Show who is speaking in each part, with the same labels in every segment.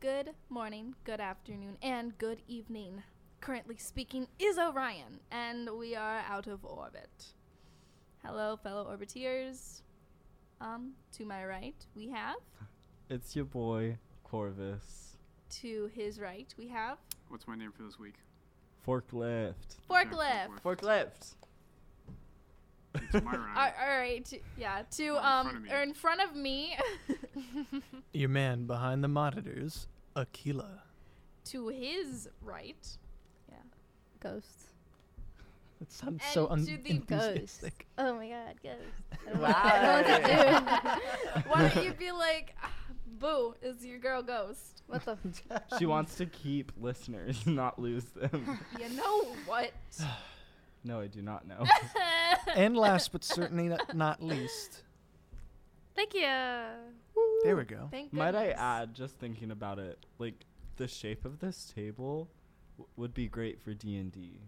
Speaker 1: Good morning, good afternoon, and good evening. Currently speaking is Orion, and we are out of orbit. Hello, fellow orbiteers. Um, to my right, we have.
Speaker 2: It's your boy Corvus.
Speaker 1: To his right, we have
Speaker 3: What's my name for this week?
Speaker 2: Forklift.
Speaker 1: forklift.
Speaker 2: Forklift.
Speaker 3: It's my rhyme.
Speaker 1: All- all right, yeah. To
Speaker 3: Or in front
Speaker 1: um,
Speaker 3: of me.
Speaker 1: or in front of me.
Speaker 4: Your man behind the monitors, Akila.
Speaker 1: to his right.
Speaker 5: Ghosts.
Speaker 4: That sounds
Speaker 1: And
Speaker 4: so un-
Speaker 1: to the
Speaker 5: Ghosts.
Speaker 4: enthusiastic.
Speaker 5: Oh my god, ghosts. I don't
Speaker 2: Wow.
Speaker 5: know what- I don't know what to do.
Speaker 1: Why don't you be like, "Ah, boo, is your girl ghost?
Speaker 5: What the?
Speaker 2: she wants to keep listeners, not lose them.
Speaker 1: You know what?
Speaker 2: No, I do not know.
Speaker 4: And last but certainly not, not least,
Speaker 5: Thank you.
Speaker 4: there we go.
Speaker 1: Thank
Speaker 2: Might I
Speaker 1: goodness.
Speaker 2: add, just thinking about it, like the shape of this table w- would be great for D and D.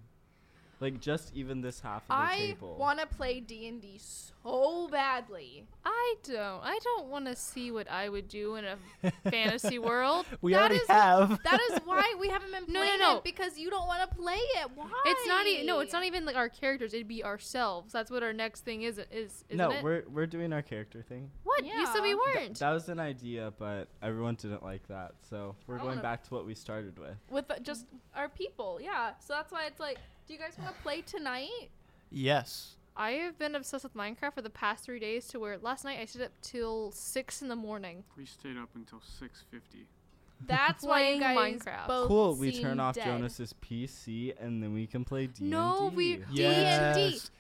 Speaker 2: Like just even this half of the
Speaker 1: I
Speaker 2: table.
Speaker 1: want to play D and D so badly.
Speaker 6: I don't. I don't want to see what I would do in a fantasy world.
Speaker 4: We
Speaker 1: That
Speaker 4: already
Speaker 1: is-
Speaker 4: have.
Speaker 1: That is why we haven't been
Speaker 6: No, no,
Speaker 1: playing
Speaker 6: no.
Speaker 1: it because you don't want to play it. Why?
Speaker 6: It's not
Speaker 1: e-,
Speaker 6: even. No, it's not even like our characters. It'd be ourselves. That's what our next thing is. Is isn't
Speaker 2: no,
Speaker 6: it?
Speaker 2: we're we're doing our character thing.
Speaker 6: what you said
Speaker 1: Yeah.
Speaker 6: we
Speaker 2: Th-
Speaker 6: weren't.
Speaker 2: that was an idea, but everyone didn't like that, so we're
Speaker 6: I
Speaker 2: going
Speaker 6: wanna-
Speaker 2: back to what we started with.
Speaker 1: with uh, just our people. Yeah, so that's why it's like, do you guys want to play tonight?
Speaker 4: Yes.
Speaker 6: I have been obsessed with Minecraft for the past three days. To where last night I stayed up till six in the morning.
Speaker 3: we stayed up until 6:50.
Speaker 1: That's why you
Speaker 6: Playing
Speaker 1: guys
Speaker 6: Minecraft.
Speaker 1: both
Speaker 2: Cool. We
Speaker 1: seem
Speaker 2: turn off
Speaker 1: dead.
Speaker 2: Jonas's PC, and then we can play D.
Speaker 6: No, we-
Speaker 1: D&D.
Speaker 4: Yes.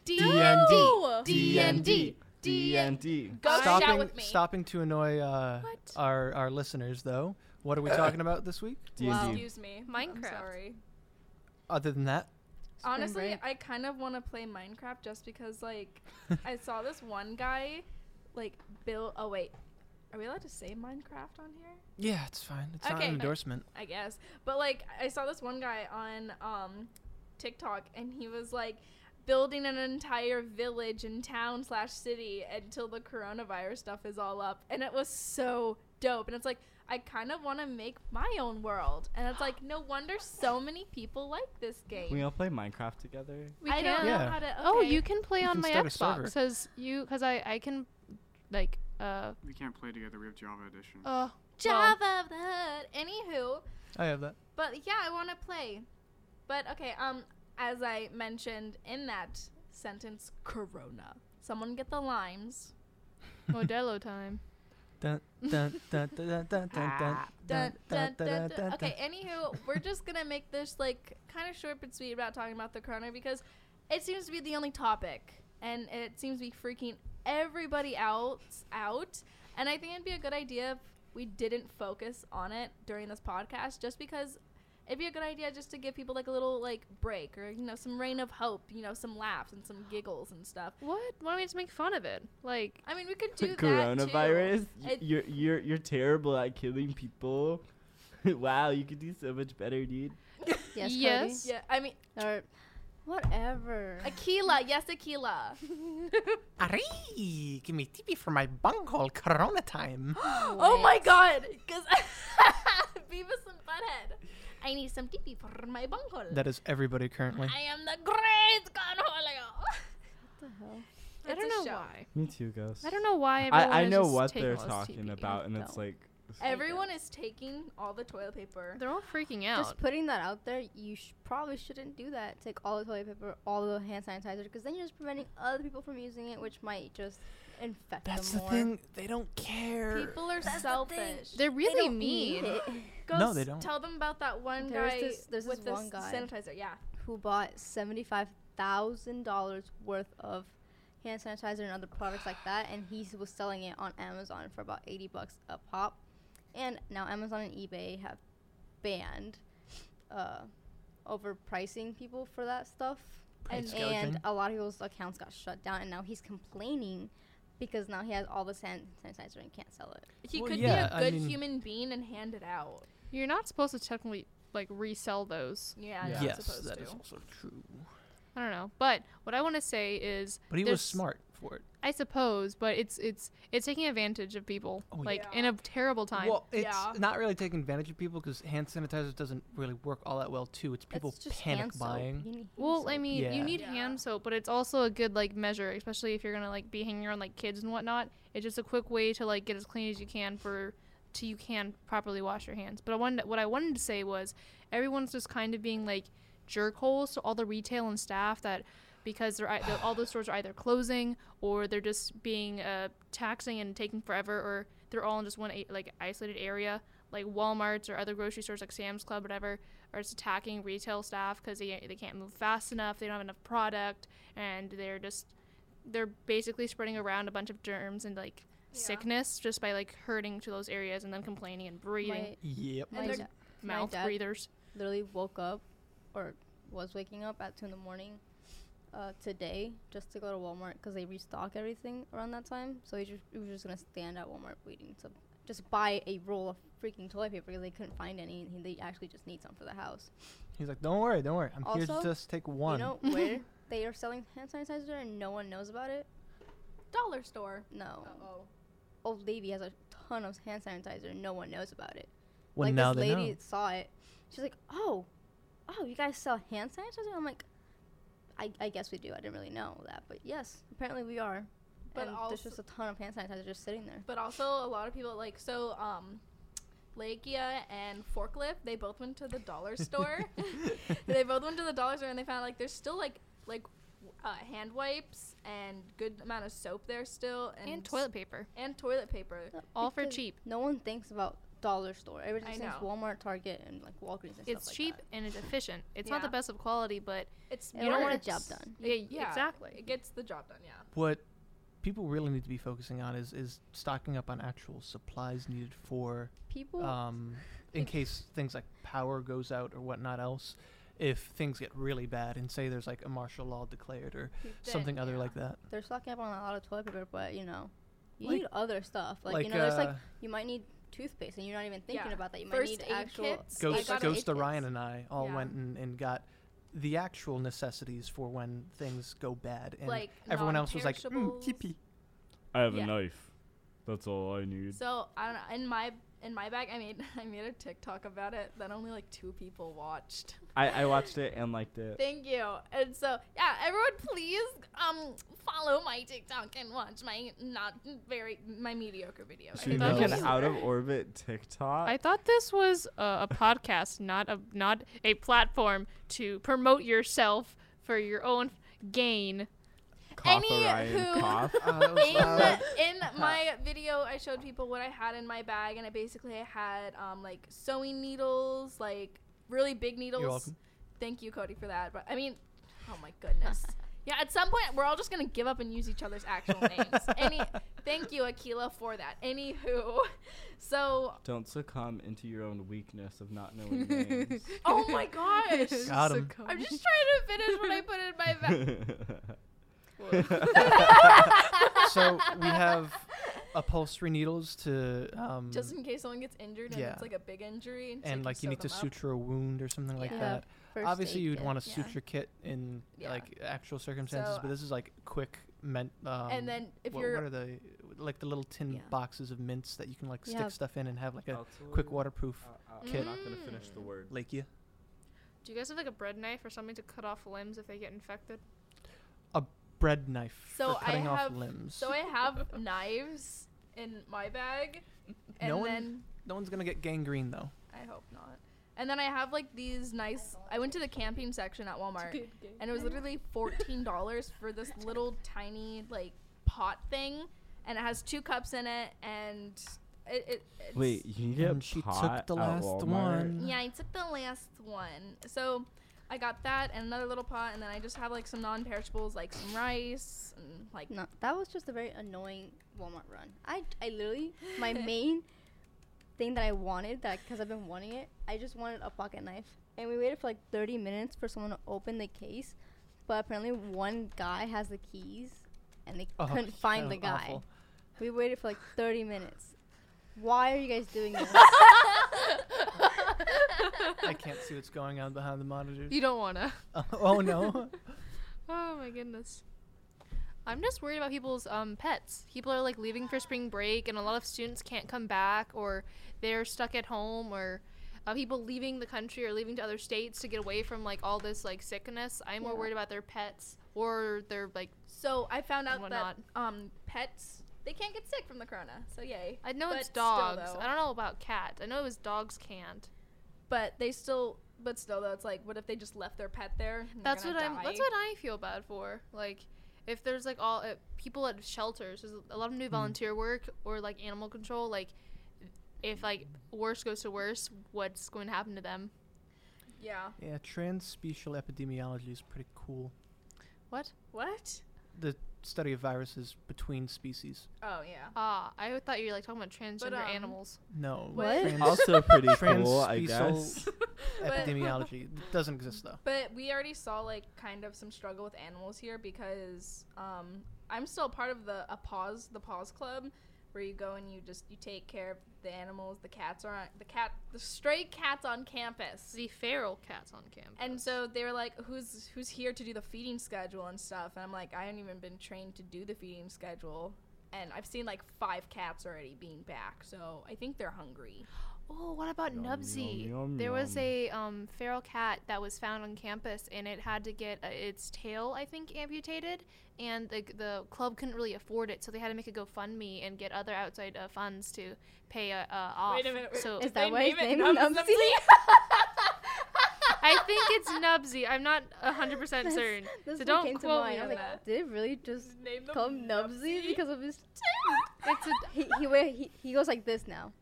Speaker 1: D&D.
Speaker 4: D&D.
Speaker 2: D&D.
Speaker 1: D&D.
Speaker 2: D&D.
Speaker 1: Go shout
Speaker 4: stopping,
Speaker 1: with me.
Speaker 4: stopping to annoy uh,
Speaker 6: What?
Speaker 4: our our listeners, though. What are we talking about this week?
Speaker 2: D&D.
Speaker 1: Excuse me. I'm
Speaker 6: Minecraft.
Speaker 1: sorry.
Speaker 4: Other than that,
Speaker 5: Spring
Speaker 1: Honestly,
Speaker 5: break.
Speaker 1: I kind of want to play Minecraft just because, like, I saw this one guy, like, build. Oh wait, are we allowed to say Minecraft on here?
Speaker 4: yeah, it's fine. It's not
Speaker 1: Okay.
Speaker 4: an endorsement.
Speaker 1: I guess. But like, I saw this one guy on um, TikTok, and he was like building an entire village and town slash city until the coronavirus stuff is all up, and it was so dope. And it's like. I kind of want to make my own world, and it's like no wonder so many people like this game.
Speaker 2: We all play Minecraft together.
Speaker 6: We
Speaker 1: I don't
Speaker 6: can.
Speaker 1: know
Speaker 4: Yeah.
Speaker 1: how to. Okay.
Speaker 6: Oh, you can play
Speaker 4: You can
Speaker 6: on my
Speaker 4: start a server.
Speaker 6: Xbox because you because I I can like uh
Speaker 3: We can't play together. We have Java Edition.
Speaker 6: uh well,
Speaker 1: Java of the Hood. Anywho,
Speaker 4: I have that.
Speaker 1: but yeah, I want to play. But okay, um, as I mentioned in that sentence, Corona. Someone get the limes.
Speaker 6: Modelo time.
Speaker 4: Dun, dun, dun, dun, dun, dun, dun, dun,
Speaker 1: Dun, dun,
Speaker 4: dun,
Speaker 1: dun,
Speaker 4: dun,
Speaker 1: dun.
Speaker 4: dun.
Speaker 1: Okay, anywho, we're just gonna make this like kind of short but sweet about talking about the Corona because it seems to be the only topic, and it seems to be freaking everybody else out. And I think it'd be a good idea if we didn't focus on it during this podcast, just because it'd be a good idea just to give people like a little like break or you know some rain of hope, you know some laughs and some giggles and stuff.
Speaker 6: What? Why don't we just make fun of it? Like
Speaker 1: I mean, we could do that
Speaker 2: Coronavirus.
Speaker 1: too.
Speaker 2: y-
Speaker 1: It-
Speaker 2: You're you're you're terrible at killing people. wow, you could do so much better, dude.
Speaker 5: Yes.
Speaker 6: Yes.
Speaker 1: Yeah, I mean,
Speaker 5: Cody? Or whatever.
Speaker 1: Aquila, yes, Aquila.
Speaker 4: Aree, give me tippy for my bunghole Corona time.
Speaker 1: Oh my
Speaker 5: Wait.
Speaker 1: god! Because Beavis and Butthead. I need some TP for my bunghole.
Speaker 4: That is everybody currently.
Speaker 1: I am the great Cornholio.
Speaker 5: What the hell?
Speaker 6: I don't know why.
Speaker 2: Me too, Ghost.
Speaker 6: I don't know why. everyone
Speaker 2: I, I
Speaker 6: is
Speaker 2: know
Speaker 6: just
Speaker 2: what
Speaker 6: taking
Speaker 2: they're
Speaker 6: all this E.
Speaker 2: talking
Speaker 6: TP.
Speaker 2: about, and it's
Speaker 5: No.
Speaker 2: like
Speaker 1: Everyone is taking all the toilet paper.
Speaker 6: They're all freaking out.
Speaker 5: Just putting that out there, you sh- probably shouldn't do that. Take all the toilet paper, all the hand sanitizer, because then you're just preventing other people from using it, which might just infect
Speaker 4: That's
Speaker 5: them
Speaker 4: the
Speaker 5: more.
Speaker 4: thing. They don't care.
Speaker 1: People are selfish.
Speaker 5: They
Speaker 6: They're really
Speaker 5: don't need
Speaker 6: mean.
Speaker 5: it.
Speaker 1: Go
Speaker 4: No, they
Speaker 1: s-
Speaker 4: don't.
Speaker 1: Tell them about that one
Speaker 5: There was
Speaker 1: guy
Speaker 5: this- there's
Speaker 1: with
Speaker 5: this
Speaker 1: the
Speaker 5: one
Speaker 1: s-
Speaker 5: guy.
Speaker 1: sanitizer. Yeah.
Speaker 5: who bought seventy-five thousand dollars worth of hand sanitizer and other products like that, and he s- was selling it on Amazon for about eighty bucks a pop. And now Amazon and eBay have banned uh, overpricing people for that stuff,
Speaker 1: And-
Speaker 4: Price gouging.
Speaker 5: and a lot of people's accounts got shut down. And now he's complaining because now he has all the san- sanitizer and can't sell it.
Speaker 1: He
Speaker 4: Well,
Speaker 1: could
Speaker 4: yeah,
Speaker 1: be a
Speaker 4: I
Speaker 1: good
Speaker 4: mean-
Speaker 1: human being and hand it out.
Speaker 6: You're not supposed to technically like resell those.
Speaker 1: Yeah. Not
Speaker 4: yes,
Speaker 1: supposed
Speaker 4: that
Speaker 1: to.
Speaker 4: is also true.
Speaker 6: I don't know. But what I want to say is
Speaker 4: But he was
Speaker 6: There's-
Speaker 4: smart for it.
Speaker 6: I suppose, but it's it's it's taking advantage of people
Speaker 4: Oh, yeah.
Speaker 6: like
Speaker 1: Yeah.
Speaker 6: in a terrible time.
Speaker 4: Well, it's
Speaker 1: Yeah.
Speaker 4: not really taking advantage of people because hand sanitizer doesn't really work all that well too. It's people
Speaker 5: It's just hand
Speaker 4: panic
Speaker 5: soap.
Speaker 4: buying.
Speaker 5: You need hand
Speaker 6: Well,
Speaker 5: soap.
Speaker 6: I mean,
Speaker 4: Yeah.
Speaker 6: you need
Speaker 1: Yeah.
Speaker 6: hand soap, but it's also a good like measure, especially if you're gonna like be hanging around like kids and whatnot. It's just a quick way to like get as clean as you can for to you can properly wash your hands. But I wanted what I wanted to say was everyone's just kind of being like jerk holes to all the retail and staff that because they're ei- the- all those stores are either closing or they're just being uh, taxing and taking forever or they're all in just one a- like isolated area like Walmart's or other grocery stores like Sam's Club whatever are just attacking retail staff because they, they can't move fast enough they don't have enough product and they're just they're basically spreading around a bunch of germs and like
Speaker 1: Yeah.
Speaker 6: sickness just by like hurting to those areas and then complaining and breathing
Speaker 5: My-
Speaker 4: Yep.
Speaker 5: my
Speaker 1: they're-
Speaker 5: da- my
Speaker 6: mouth
Speaker 5: dad-
Speaker 6: breathers
Speaker 5: literally woke up or was waking up at 2 in the morning uh, today just to go to Walmart because they restock everything around that time. So he, just, he was just going to stand at Walmart waiting to just buy a roll of freaking toilet paper because they couldn't find any and he, they actually just need some for the house.
Speaker 4: He's like, don't worry, don't worry. I'm here to
Speaker 5: Also,
Speaker 4: just take one.
Speaker 5: You know where they are selling hand sanitizer and no one knows about it?
Speaker 1: Dollar store.
Speaker 5: No.
Speaker 1: oh.
Speaker 5: Old Lady has a ton of hand sanitizer and no one knows about it.
Speaker 4: well,
Speaker 5: like
Speaker 4: now
Speaker 5: this
Speaker 4: they
Speaker 5: lady
Speaker 4: know.
Speaker 5: saw it. She's like, "Oh, oh, you guys sell hand sanitizer?" I'm like, I, "I guess we do. I didn't really know that, but yes, apparently we are."
Speaker 1: But
Speaker 5: But and there's just a ton of hand sanitizer just sitting there.
Speaker 1: But also, a lot of people like so. Um, Legia and Forklift, they both went to the dollar store. they both went to the dollar store and they found like there's still like like w- uh, hand wipes and good amount of soap there still and,
Speaker 6: and, toilet paper
Speaker 1: and toilet paper.
Speaker 6: all for
Speaker 5: Because
Speaker 6: cheap
Speaker 5: No one thinks about dollar store. Everybody
Speaker 1: I
Speaker 5: just thinks
Speaker 1: know.
Speaker 5: Walmart, Target, and like Walgreens and
Speaker 6: it's
Speaker 5: stuff
Speaker 6: cheap
Speaker 5: like
Speaker 6: and it's efficient it's not the
Speaker 1: Yeah.
Speaker 6: best of quality but
Speaker 1: It's
Speaker 5: that. And don't
Speaker 1: worth-
Speaker 5: want a job done.
Speaker 6: yeah,
Speaker 1: It- yeah,
Speaker 6: exactly
Speaker 1: It gets the job done. Yeah.
Speaker 4: what people really need to be focusing on is is stocking up on actual supplies needed for
Speaker 5: People
Speaker 4: um, in case things like power goes out or whatnot else. If things get really bad and say there's like a martial law declared or something other like that,
Speaker 5: they're stocking up on a lot of toilet paper, but you know, you
Speaker 4: Like- uh,
Speaker 5: need other stuff. Like, you know, there's like you might need toothpaste, and you're not even thinking
Speaker 1: Yeah.
Speaker 5: about that. You
Speaker 1: First
Speaker 5: might
Speaker 1: aid
Speaker 5: need actual
Speaker 1: kits. I
Speaker 4: Ghost,
Speaker 1: got an
Speaker 4: Ghost
Speaker 5: aid
Speaker 4: Orion
Speaker 5: kits.
Speaker 4: and I all
Speaker 1: Yeah.
Speaker 4: went and, and got the actual necessities for when things go bad, and
Speaker 1: Like
Speaker 4: everyone else was like, mm,
Speaker 1: non-perishables.
Speaker 4: "Tippy."
Speaker 2: I have
Speaker 1: Yeah.
Speaker 2: a knife. That's all I need.
Speaker 1: So I don't know. In my in my bag, I made I made a TikTok about it that only like two people watched.
Speaker 2: I, I watched it and liked it.
Speaker 1: Thank you. And so yeah, everyone, please um follow my TikTok and watch my not very my mediocre video.
Speaker 2: Should we
Speaker 6: thought
Speaker 2: make an
Speaker 6: it was-
Speaker 2: out of orbit TikTok?
Speaker 6: I thought this was a, a podcast, not a not a platform to promote yourself for your own gain.
Speaker 2: cough
Speaker 1: Any
Speaker 2: Orion
Speaker 1: who-
Speaker 2: cough.
Speaker 4: Oh, that was
Speaker 1: in,
Speaker 4: loud.
Speaker 1: in my video, I showed people what I had in my bag, and I basically had um, like sewing needles, like really big needles.
Speaker 4: welcome.
Speaker 1: Thank you, Cody, for that. But I mean, oh my goodness. yeah, at some point, we're all just gonna give up and use each other's actual names. Any, thank you, Akila, for that. Anywho, so
Speaker 2: Don't succumb into your own weakness of not knowing names.
Speaker 1: oh my gosh,
Speaker 4: Got him.
Speaker 1: I'm just trying to finish what I put in my bag.
Speaker 4: so we have upholstery needles to um,
Speaker 1: Just in case someone gets injured and
Speaker 4: Yeah.
Speaker 1: it's like a big injury, and, so
Speaker 4: and
Speaker 1: can
Speaker 4: like you
Speaker 1: sew
Speaker 4: need to
Speaker 1: them up.
Speaker 4: suture a wound or something like
Speaker 1: Yeah.
Speaker 4: that.
Speaker 5: First
Speaker 4: Obviously,
Speaker 5: aid
Speaker 4: you'd
Speaker 5: kit.
Speaker 4: want a
Speaker 1: yeah.
Speaker 4: suture kit in
Speaker 1: Yeah.
Speaker 4: like actual circumstances,
Speaker 1: So-
Speaker 4: but this is like quick meant. Um,
Speaker 1: and then if
Speaker 4: wha- what,
Speaker 1: you're
Speaker 4: are the like the little tin
Speaker 5: Yeah.
Speaker 4: boxes of mints that you can like
Speaker 5: We
Speaker 4: stick
Speaker 5: have-
Speaker 4: stuff in and have like a
Speaker 2: Oh.
Speaker 4: quick waterproof
Speaker 2: I'm
Speaker 4: Kid.
Speaker 2: not gonna finish
Speaker 1: Mm.
Speaker 2: the word.
Speaker 4: lake you.
Speaker 6: Do you guys have like a bread knife or something to cut off limbs if they get infected?
Speaker 4: bread knife
Speaker 1: So
Speaker 4: for
Speaker 1: I
Speaker 4: cutting off
Speaker 1: have-
Speaker 4: limbs.
Speaker 1: So I have knives in my bag, and
Speaker 4: No one-
Speaker 1: then
Speaker 4: no one's gonna get gangrene though.
Speaker 1: I hope not. And then I have like these nice. I went to the camping section at Walmart, and it was literally fourteen dollars for this little tiny like pot thing, and it has two cups in it, and it. it it's,
Speaker 2: Wait, you can get
Speaker 4: And she took
Speaker 2: pot
Speaker 4: the
Speaker 2: at
Speaker 4: last
Speaker 2: Walmart?
Speaker 6: Mm-hmm.
Speaker 4: one.
Speaker 1: Yeah, I took the last one, so I got that and another little pot, and then I just have like some non-perishables like some rice and like
Speaker 5: No, that was just a very annoying Walmart run. I, I literally, my main thing that I wanted, that because I've been wanting it, I just wanted a pocket knife. And we waited for like 30 minutes for someone to open the case, but apparently one guy has the keys and they
Speaker 4: Oh,
Speaker 5: couldn't
Speaker 4: that
Speaker 5: find the
Speaker 4: was
Speaker 5: guy.
Speaker 4: awful.
Speaker 5: We waited for like 30 minutes. Why are you guys doing this?
Speaker 4: I can't see what's going on behind Oh, the monitor.
Speaker 6: You don't wanna.
Speaker 4: oh no.
Speaker 6: Oh my goodness. I'm just worried about people's um, pets. People are like leaving for spring break, and a lot of students can't come back, or they're stuck at home, or uh, people leaving the country or leaving to other states to get away from like all this like sickness. I'm more
Speaker 5: Yeah.
Speaker 6: worried about their pets or their like.
Speaker 1: So I found
Speaker 6: And
Speaker 1: out that
Speaker 6: whatnot.
Speaker 1: um pets they can't get sick from the corona. So yay.
Speaker 6: I know
Speaker 1: But
Speaker 6: it's
Speaker 1: still,
Speaker 6: dogs.
Speaker 1: though.
Speaker 6: I don't know about cats. I know it was dogs can't.
Speaker 1: But they still. But still, though, it's like, what if they just left their pet there? and they're
Speaker 6: That's what
Speaker 1: gonna
Speaker 6: I'm. That's
Speaker 1: die?
Speaker 6: what I feel bad for. Like, if there's like all uh, people at shelters, there's a lot of new volunteer work or like animal control. Like, if like worse goes to worse, what's going to happen to them?
Speaker 1: Yeah.
Speaker 4: Yeah, transspecial epidemiology is pretty cool.
Speaker 6: What?
Speaker 1: What?
Speaker 4: The study of viruses between species.
Speaker 1: Oh yeah.
Speaker 6: Ah, I thought you were like talking about transgender
Speaker 1: um,
Speaker 6: animals.
Speaker 4: No.
Speaker 5: What?
Speaker 4: Trans-
Speaker 2: Also pretty
Speaker 4: Trans-
Speaker 2: cool, I
Speaker 4: special-
Speaker 2: guess.
Speaker 1: But-
Speaker 4: epidemiology It doesn't exist though.
Speaker 1: But we already saw like kind of some struggle with animals here because um, I'm still part of the a pause the pause club where you go and you just you take care of the animals. The cats are on the cat the stray cats on campus.
Speaker 6: The feral cats on campus.
Speaker 1: And so they were like, "Who's who's here to do the feeding schedule and stuff?" And I'm like, "I haven't even been trained to do the feeding schedule." And I've seen like five cats already being back, so I think they're hungry.
Speaker 6: Oh, what about
Speaker 2: Yum,
Speaker 6: Nubsy?
Speaker 2: yum, yum,
Speaker 6: there was
Speaker 2: yum.
Speaker 6: a um, feral cat that was found on campus, and it had to get uh, its tail, I think, amputated, and the, the club couldn't really afford it, so they had to make a GoFundMe and get other outside uh, funds to pay uh, uh, off.
Speaker 1: Wait a minute, wait,
Speaker 6: So
Speaker 5: Is
Speaker 1: If
Speaker 5: that
Speaker 1: they
Speaker 5: why his
Speaker 1: name it
Speaker 5: name
Speaker 1: Nubsy?
Speaker 5: Nubsy?
Speaker 6: I think it's Nubsy. I'm not hundred percent
Speaker 5: That's-
Speaker 6: certain.
Speaker 5: That's
Speaker 6: So
Speaker 5: what
Speaker 6: don't
Speaker 5: came to
Speaker 6: quote me
Speaker 5: mind. I
Speaker 6: on
Speaker 5: was like,
Speaker 6: that.
Speaker 5: did it really just
Speaker 1: Name them
Speaker 5: call him Nubsy because of his tail?
Speaker 6: It's a-
Speaker 5: he, he, wear, he he goes like this now.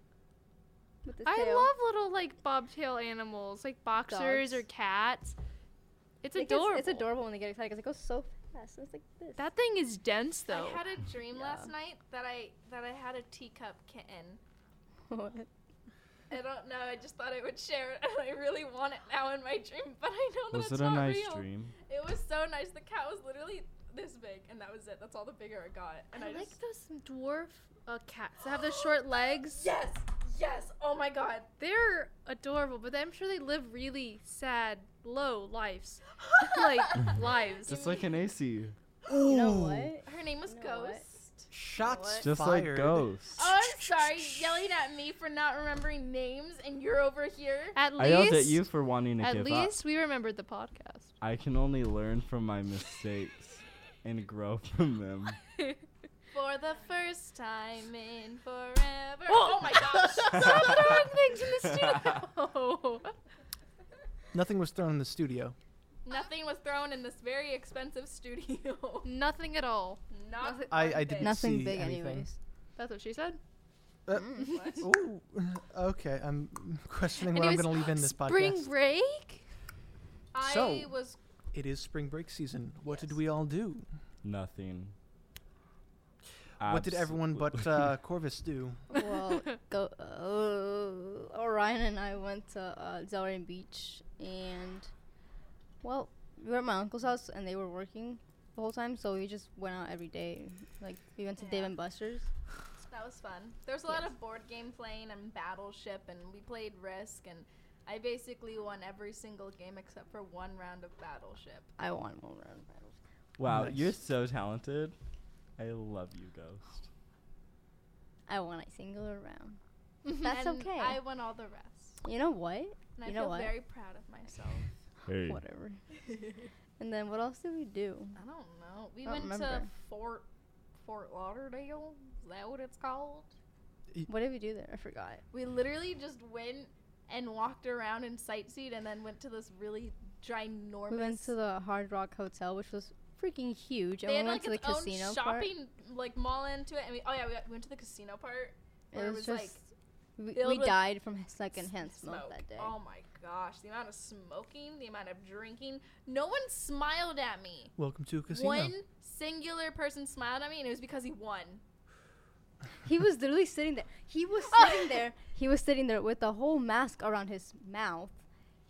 Speaker 5: With his
Speaker 6: I
Speaker 5: tail.
Speaker 6: love little like bobtail animals, like boxers or
Speaker 5: Dogs.
Speaker 6: cats. It's
Speaker 5: Like,
Speaker 6: adorable.
Speaker 5: It's, it's adorable when they get excited because it goes so fast. It's like this.
Speaker 6: That thing is dense though.
Speaker 1: I had a dream
Speaker 5: Yeah.
Speaker 1: last night that I that I had a teacup kitten. I don't know. I just thought I would share it, and I really want it now in my dream, but I know that
Speaker 2: Was
Speaker 1: it's
Speaker 2: it a
Speaker 1: not
Speaker 2: nice
Speaker 1: real.
Speaker 2: dream?
Speaker 1: It was so nice. The cat was literally this big, and that was it. That's all the bigger it got. And I,
Speaker 6: I like
Speaker 1: just
Speaker 6: those dwarf uh, cats that have the short legs.
Speaker 1: yes, yes. Oh my god.
Speaker 6: They're adorable, but I'm sure they live really sad, low lives. like, lives.
Speaker 2: Just like an AC.
Speaker 5: you know what?
Speaker 1: Her name was
Speaker 5: You know what?
Speaker 1: Ghost.
Speaker 4: Shots
Speaker 1: What?
Speaker 2: Just like
Speaker 4: fired.
Speaker 2: ghosts.
Speaker 1: Oh, I'm sorry, yelling at me for not remembering names, and you're over here.
Speaker 6: At
Speaker 2: I
Speaker 6: least,
Speaker 2: yelled at you for wanting to
Speaker 6: at
Speaker 2: give
Speaker 6: least we remembered the podcast.
Speaker 2: up. I can only learn from my mistakes and grow from them.
Speaker 1: For the first time in forever. Oh, my gosh.
Speaker 6: Stop throwing things in the studio.
Speaker 4: Nothing was thrown in the studio.
Speaker 1: Nothing was thrown in this very expensive studio.
Speaker 6: Nothing at all.
Speaker 1: Not
Speaker 6: Nothing-
Speaker 4: I-
Speaker 1: one
Speaker 4: I
Speaker 1: bit.
Speaker 4: didn't
Speaker 5: Nothing
Speaker 4: see
Speaker 5: big,
Speaker 4: anything.
Speaker 5: anyways.
Speaker 6: That's what she said.
Speaker 4: Uh,
Speaker 1: What?
Speaker 4: ooh, okay, I'm questioning where I'm
Speaker 6: Anyways,
Speaker 4: going to leave in this
Speaker 6: Spring
Speaker 4: podcast.
Speaker 6: break.
Speaker 1: I
Speaker 4: So-
Speaker 1: was
Speaker 4: It is spring break season. What did we all do?
Speaker 2: Nothing.
Speaker 4: What did everyone but
Speaker 2: Absolutely.
Speaker 4: uh, Corvus do?
Speaker 5: well, go. Uh, Orion and I went to uh, Delray Beach, and well, we were at my uncle's house, and they were working the whole time, so we just went out every day. Like we went to Dave
Speaker 1: Yeah.
Speaker 5: and Buster's.
Speaker 1: that was fun. There was a lot of board game playing and Battleship, and we played Risk, and I basically won every single game except for one round of Battleship.
Speaker 5: I won one round. of battles.
Speaker 2: Wow,
Speaker 4: Nice.
Speaker 2: you're so talented. I love you, Ghost.
Speaker 5: I won a single round. That's
Speaker 1: And
Speaker 5: okay.
Speaker 1: I won all the rest,
Speaker 5: you know what?
Speaker 1: and I
Speaker 5: You know
Speaker 1: feel
Speaker 5: what?
Speaker 1: very proud of myself.
Speaker 2: Hey.
Speaker 5: Whatever. and then what else did we do?
Speaker 1: I don't know. We
Speaker 5: Don't
Speaker 1: went to
Speaker 5: remember.
Speaker 1: Fort Fort Lauderdale. Is that what it's called?
Speaker 5: What did we do there? I forgot.
Speaker 1: We literally just went and walked around and sightseed, and then went to this really ginormous.
Speaker 5: We went to the Hard Rock Hotel, which was freaking huge, and
Speaker 1: they
Speaker 5: we
Speaker 1: had
Speaker 5: went
Speaker 1: like
Speaker 5: to the
Speaker 1: its
Speaker 5: casino
Speaker 1: own
Speaker 5: part.
Speaker 1: shopping like mall into it, and we oh yeah, we, got, we went to the casino part.
Speaker 5: It
Speaker 1: Where
Speaker 5: was just we,
Speaker 1: filled
Speaker 5: we
Speaker 1: with
Speaker 5: died from secondhand smoke,
Speaker 1: smoke.
Speaker 5: that day.
Speaker 1: Oh my gosh, the amount of smoking, the amount of drinking. No one smiled at me.
Speaker 4: Welcome to a casino.
Speaker 1: One singular person smiled at me, and it was because he won.
Speaker 5: He was literally sitting there. He was sitting there. He was sitting there with the whole mask around his mouth.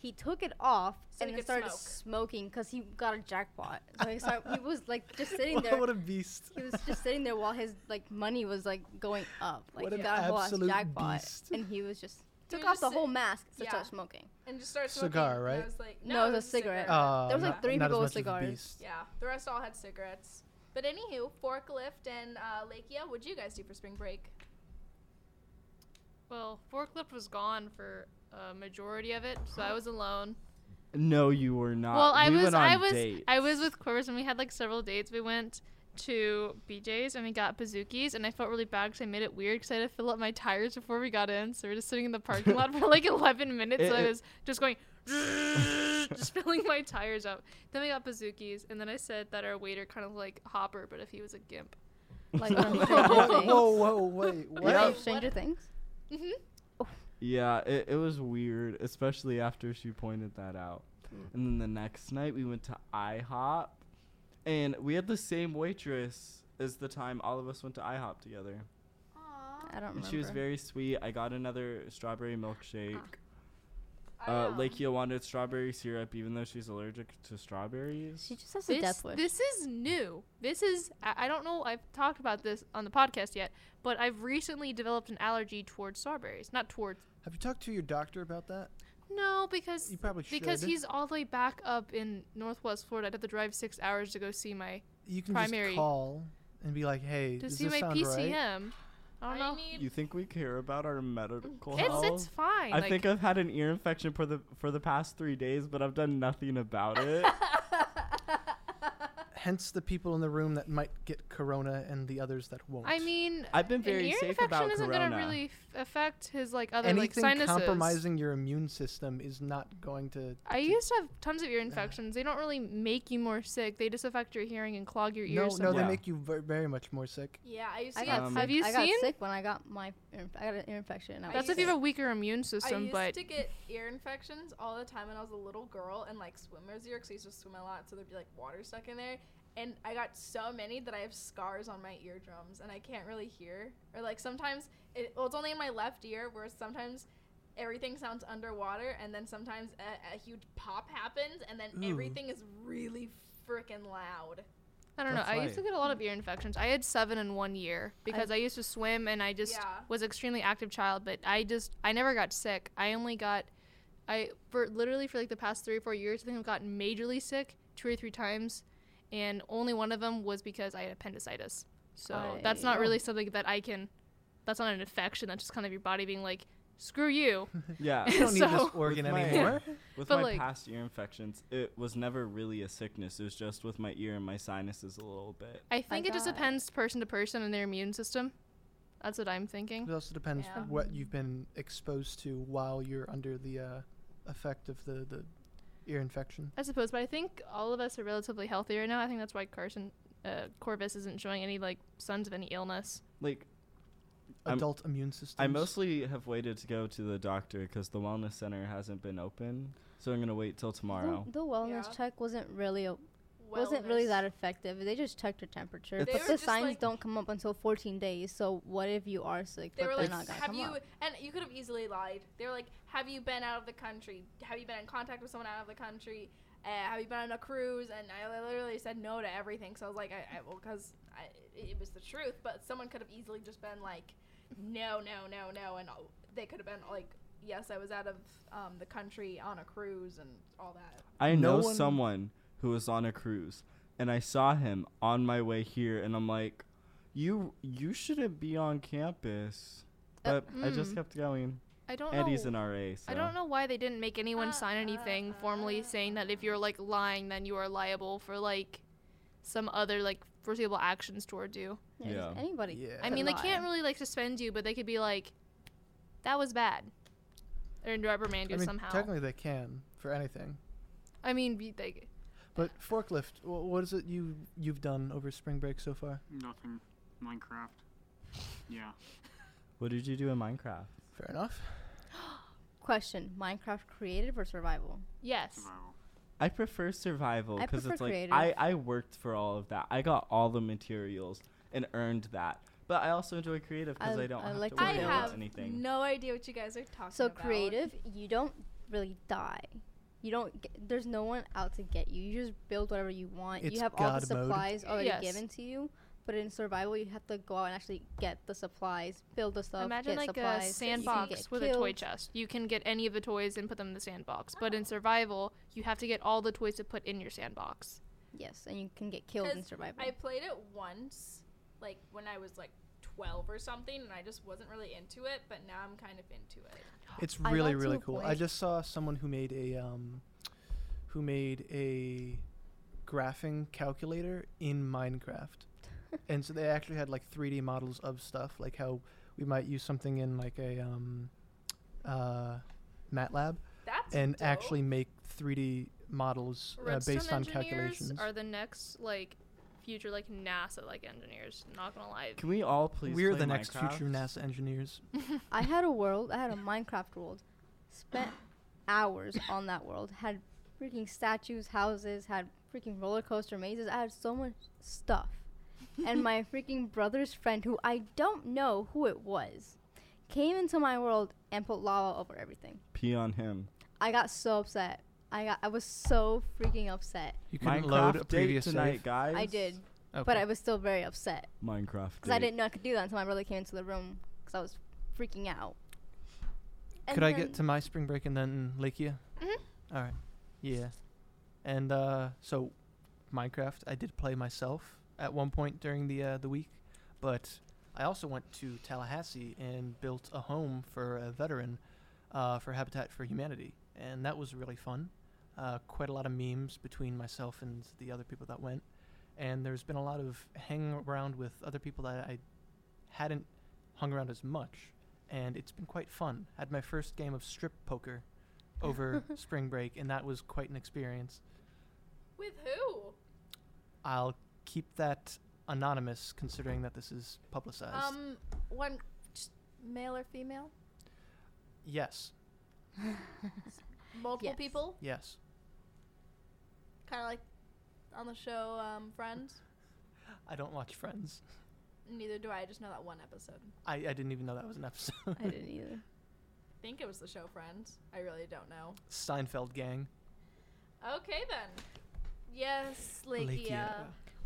Speaker 5: He took it off
Speaker 1: So he
Speaker 5: and then
Speaker 1: could
Speaker 5: started
Speaker 1: smoke.
Speaker 5: smoking because he got a jackpot. So he, started, he was like just sitting there.
Speaker 4: What a beast.
Speaker 5: he was just sitting there while his like money was like going up. Like
Speaker 4: What
Speaker 5: he
Speaker 4: an
Speaker 5: got a whole ass
Speaker 4: absolute
Speaker 5: jackpot,
Speaker 4: beast.
Speaker 5: and he was just took
Speaker 1: was
Speaker 5: off
Speaker 1: just
Speaker 5: the
Speaker 1: sit-
Speaker 5: whole mask to
Speaker 1: yeah.
Speaker 5: start smoking.
Speaker 1: And just started smoking.
Speaker 4: Cigar,
Speaker 1: and I
Speaker 4: right?
Speaker 1: was like,
Speaker 5: No,
Speaker 1: no,
Speaker 5: it was a cigarette.
Speaker 4: Uh,
Speaker 5: There was, like,
Speaker 4: not-
Speaker 5: three
Speaker 4: not as
Speaker 5: people with
Speaker 4: much of a
Speaker 5: cigars.
Speaker 4: beast.
Speaker 1: yeah, the rest all had cigarettes. But anywho, forklift and uh, Lakea, what'd you guys do for spring break?
Speaker 6: Well, forklift was gone for a majority of it, so I was alone.
Speaker 2: No, you were not.
Speaker 6: well, I
Speaker 2: Uh, We
Speaker 6: was,
Speaker 2: went on
Speaker 6: I was,
Speaker 2: dates.
Speaker 6: I was with Corvus, and we had like several dates. We went to BJ's and we got Bazookies, and I felt really bad because I made it weird because I had to fill up my tires before we got in. So we are just sitting in the parking lot for like 11 minutes. so
Speaker 2: It-
Speaker 6: I
Speaker 2: it-
Speaker 6: was just going, just filling my tires up. Then we got Bazookies, and then I said that our waiter kind of like Hopper, but if he was a gimp.
Speaker 5: Like
Speaker 2: Whoa,
Speaker 5: from Stranger Things.
Speaker 4: whoa, whoa, wait,
Speaker 5: Like
Speaker 2: Yeah.
Speaker 5: from Stranger Things.
Speaker 6: Mm-hmm.
Speaker 2: Yeah, it, it was weird, especially after she pointed that out. And then the next night we went to IHOP and we had the same waitress as the time all of us went to IHOP together.
Speaker 1: Aww.
Speaker 5: I don't
Speaker 2: And
Speaker 5: remember.
Speaker 2: she was very sweet. I got another strawberry milkshake. Uh,
Speaker 6: Um,
Speaker 2: Lakea wanted strawberry syrup even though she's allergic to strawberries.
Speaker 5: She just has a
Speaker 6: This,
Speaker 5: death wish.
Speaker 6: this is new. This is, I, I don't know, I've talked about this on the podcast yet, but I've recently developed an allergy towards strawberries. Not towards,
Speaker 7: Have you talked to your doctor about that?
Speaker 6: no, because
Speaker 7: You probably should.
Speaker 6: because he's all the way back up in Northwest Florida. I'd have to drive six hours to go see my
Speaker 4: You can
Speaker 6: primary-
Speaker 4: just call and be like, hey,
Speaker 6: to
Speaker 4: does
Speaker 6: see
Speaker 4: this
Speaker 6: my
Speaker 4: sound right?
Speaker 6: PCM. I don't know.
Speaker 2: you think we care about our medical
Speaker 6: it's
Speaker 2: health?
Speaker 6: it's fine.
Speaker 2: I
Speaker 6: like,
Speaker 2: think I've had an ear infection for the for the past 3 days, but I've done nothing about it.
Speaker 4: Hence the people in the room that might get corona and the others that won't.
Speaker 6: I mean,
Speaker 2: I've been
Speaker 6: an
Speaker 2: very
Speaker 6: ear
Speaker 2: safe
Speaker 6: infection
Speaker 2: about
Speaker 6: isn't
Speaker 2: corona.
Speaker 6: gonna really f- affect his like other
Speaker 4: anything
Speaker 6: like sinuses.
Speaker 4: compromising your immune system is not going to.
Speaker 6: I
Speaker 4: to-
Speaker 6: used to have tons of ear infections. They don't really make you more sick. They just affect your hearing and clog your
Speaker 4: No,
Speaker 6: ears.
Speaker 4: no, they
Speaker 2: Yeah.
Speaker 4: make you ver- very much more sick.
Speaker 1: Yeah, I used to
Speaker 5: I
Speaker 1: get
Speaker 5: got
Speaker 2: Um,
Speaker 5: sick.
Speaker 6: Have you
Speaker 5: I got
Speaker 6: seen?
Speaker 5: sick when I got my ear- I got an ear infection. And I
Speaker 6: That's
Speaker 5: was
Speaker 6: if you
Speaker 5: sick.
Speaker 6: have a weaker immune system,
Speaker 1: I used
Speaker 6: but
Speaker 1: to get ear infections all the time when I was a little girl and like swimmer's ear because I used to swim a lot, so there'd be like water stuck in there. And I got so many that I have scars on my eardrums and I can't really hear. Or like sometimes, it, well, it's only in my left ear where sometimes everything sounds underwater and then sometimes a, a huge pop happens and then
Speaker 4: Ooh.
Speaker 1: everything is really freaking loud.
Speaker 6: I don't know.
Speaker 2: That's
Speaker 6: I used to
Speaker 2: life.
Speaker 6: get a lot of ear infections. I had seven in one year because I, used to swim and I just
Speaker 1: Yeah.
Speaker 6: was extremely active child. But I just I never got sick. I only got I for literally for like the past three or four years. I think I've gotten majorly sick two or three times, and only one of them was because I had appendicitis. So that's not
Speaker 5: I-
Speaker 6: really something that I can. That's not an infection. That's just kind of your body being like, screw you.
Speaker 2: yeah.
Speaker 4: You Uh, don't need
Speaker 6: So-
Speaker 4: this organ
Speaker 2: With my-
Speaker 4: anymore.
Speaker 2: With
Speaker 6: But,
Speaker 2: my
Speaker 6: like-
Speaker 2: past ear infections, it was never really a sickness. It was just with my ear and my sinuses a little bit.
Speaker 6: I think it just
Speaker 5: God.
Speaker 6: depends person to person and their immune system. That's what I'm thinking.
Speaker 4: It also depends
Speaker 1: Yeah.
Speaker 4: what you've been exposed to while you're under the uh, effect of the, the ear infection.
Speaker 6: I suppose, but I think all of us are relatively healthy right now. I think that's why Carson uh, Corvus isn't showing any like signs of any illness.
Speaker 2: Like I'm-
Speaker 4: Adult immune systems.
Speaker 2: I mostly have waited to go to the doctor because the wellness center hasn't been open, so I'm gonna wait till tomorrow.
Speaker 5: The, the wellness
Speaker 1: Yeah.
Speaker 5: check wasn't really a, wasn't really
Speaker 1: Wellness.
Speaker 5: that effective. They just checked your temperature,
Speaker 2: It's- They
Speaker 5: but
Speaker 1: were
Speaker 5: the
Speaker 1: just
Speaker 5: signs
Speaker 1: like-
Speaker 5: don't come up until 14 days. So what if you are sick?
Speaker 1: They
Speaker 5: but
Speaker 1: were
Speaker 5: they're
Speaker 1: like,
Speaker 5: not gonna
Speaker 1: have
Speaker 5: come
Speaker 1: you?
Speaker 5: up?
Speaker 1: And you could have easily lied. They were like, have you been out of the country? Have you been in contact with someone out of the country? Uh, have you been on a cruise? And I li- literally said no to everything. So I was like, I, I well, because it it was the truth. But someone could have easily just been like, no, no, no, no, and all- they could have been like, yes, I was out of um, the country on a cruise and all that.
Speaker 2: I
Speaker 4: No
Speaker 2: know
Speaker 4: one-
Speaker 2: someone who was on a cruise, and I saw him on my way here, and I'm like, "You, you shouldn't be on campus."
Speaker 5: Uh,
Speaker 2: But I just
Speaker 6: mm.
Speaker 2: kept going.
Speaker 6: I don't
Speaker 2: Eddie's
Speaker 6: know.
Speaker 2: an RA, so
Speaker 6: I don't know why they didn't make anyone
Speaker 1: Uh,
Speaker 6: sign
Speaker 1: uh,
Speaker 6: anything
Speaker 1: uh,
Speaker 6: formally
Speaker 1: uh,
Speaker 6: saying that if you're like lying, then you are liable for like some other like foreseeable actions toward you.
Speaker 5: Yeah, just
Speaker 2: Yeah.
Speaker 5: Anybody?
Speaker 4: Yeah.
Speaker 6: I
Speaker 5: could
Speaker 6: mean, they
Speaker 5: lie.
Speaker 6: can't really like suspend you, but they could be like, that was bad, or
Speaker 4: I
Speaker 6: reprimand you
Speaker 4: mean,
Speaker 6: somehow.
Speaker 4: technically they can for anything.
Speaker 6: I mean, be- they,
Speaker 4: But forklift, wh- what is it you you've done over spring break so far?
Speaker 3: Nothing. Minecraft. Yeah.
Speaker 2: What did you do in Minecraft?
Speaker 4: Fair enough.
Speaker 5: Question: Minecraft created for survival?
Speaker 6: yes.
Speaker 3: Survival.
Speaker 2: I prefer survival
Speaker 5: I
Speaker 2: because it's
Speaker 5: prefer
Speaker 2: like
Speaker 5: creative.
Speaker 2: I, I worked for all of that. I got all the materials and earned that. But I also enjoy creative because I,
Speaker 5: I-
Speaker 2: don't
Speaker 5: I
Speaker 2: have
Speaker 5: like
Speaker 2: to
Speaker 5: to
Speaker 1: I
Speaker 2: worry
Speaker 5: build.
Speaker 2: about
Speaker 1: have
Speaker 2: anything.
Speaker 1: no idea what you guys are talking
Speaker 5: So
Speaker 1: about.
Speaker 5: creative, you don't really die. You don't. Get, there's no one out to get you. You just build whatever you want.
Speaker 4: It's
Speaker 5: you have all the
Speaker 4: God mode.
Speaker 5: supplies already
Speaker 6: Yes.
Speaker 5: given to you. But in survival, you have to go out and actually get the supplies, build the stuff,
Speaker 6: Imagine
Speaker 5: get
Speaker 6: like
Speaker 5: supplies.
Speaker 6: a
Speaker 5: you can
Speaker 6: sandbox
Speaker 5: get
Speaker 6: with a toy
Speaker 5: killed.
Speaker 6: chest. You can get any of the toys and put them in the sandbox. But in survival, you have to get all the toys to put in your sandbox.
Speaker 5: Yes, and you can get killed in
Speaker 1: 'Cause
Speaker 5: survival.
Speaker 1: I played it once, like when I was like 12 or something, and I just wasn't really into it, but now I'm kind of into it.
Speaker 4: It's
Speaker 5: I
Speaker 4: really
Speaker 5: got to
Speaker 4: really
Speaker 5: a
Speaker 4: cool. I
Speaker 5: point-
Speaker 4: just saw someone who made a um, who made a graphing calculator in Minecraft, and so they actually had like 3D models of stuff, like how we might use something in like a um, uh, MATLAB
Speaker 1: That's
Speaker 4: and
Speaker 1: dope.
Speaker 4: actually make 3D models uh,
Speaker 6: Redstone
Speaker 4: based on
Speaker 6: engineers
Speaker 4: calculations.
Speaker 6: are the next like future like NASA like engineers. Not gonna lie.
Speaker 2: Can we all please?
Speaker 4: We're
Speaker 2: play
Speaker 4: the next
Speaker 2: Minecraft?
Speaker 4: future NASA engineers.
Speaker 5: I had a world. I had a Minecraft world. Spent hours on that world. Had freaking statues, houses. Had freaking roller coaster mazes. I had so much stuff. and my freaking brother's friend, who I don't know who it was, came into my world and put lava over everything.
Speaker 2: Pee on him.
Speaker 5: I got so upset. I got. I was so freaking upset.
Speaker 4: You couldn't
Speaker 2: Minecraft
Speaker 4: load a
Speaker 2: date
Speaker 4: previous
Speaker 2: tonight,
Speaker 4: save.
Speaker 2: guys.
Speaker 5: I did,
Speaker 4: Okay.
Speaker 5: but I was still very upset
Speaker 2: Minecraft.
Speaker 5: because I
Speaker 2: date.
Speaker 5: didn't know I could do that until my brother came into the room because I was freaking out.
Speaker 4: Could I get to my spring break and then Lakia?
Speaker 6: Mhm.
Speaker 4: All right. Yeah. And uh, so, Minecraft, I did play myself at one point during the uh, the week, but I also went to Tallahassee and built a home for a veteran uh, for Habitat for Humanity, and that was really fun. Uh, quite a lot of memes between myself and the other people that went, and there's been a lot of hanging around with other people that I hadn't hung around as much, and it's been quite fun. Had my first game of strip poker over spring break, and that was quite an experience.
Speaker 1: With who?
Speaker 4: I'll keep that anonymous, considering that this is publicized.
Speaker 1: Um, one just male or female?
Speaker 4: yes,
Speaker 1: Multiple
Speaker 5: Yes.
Speaker 1: people?
Speaker 4: yes.
Speaker 1: Kind of like on the show um, Friends.
Speaker 4: I don't watch Friends.
Speaker 1: Neither do I. I just know that one episode.
Speaker 4: I, I didn't even know that was an episode.
Speaker 5: I didn't either.
Speaker 1: I think it was the show Friends. I really don't know.
Speaker 4: Seinfeld gang.
Speaker 1: Okay then. Yes,
Speaker 4: Lakia.
Speaker 1: Lakia.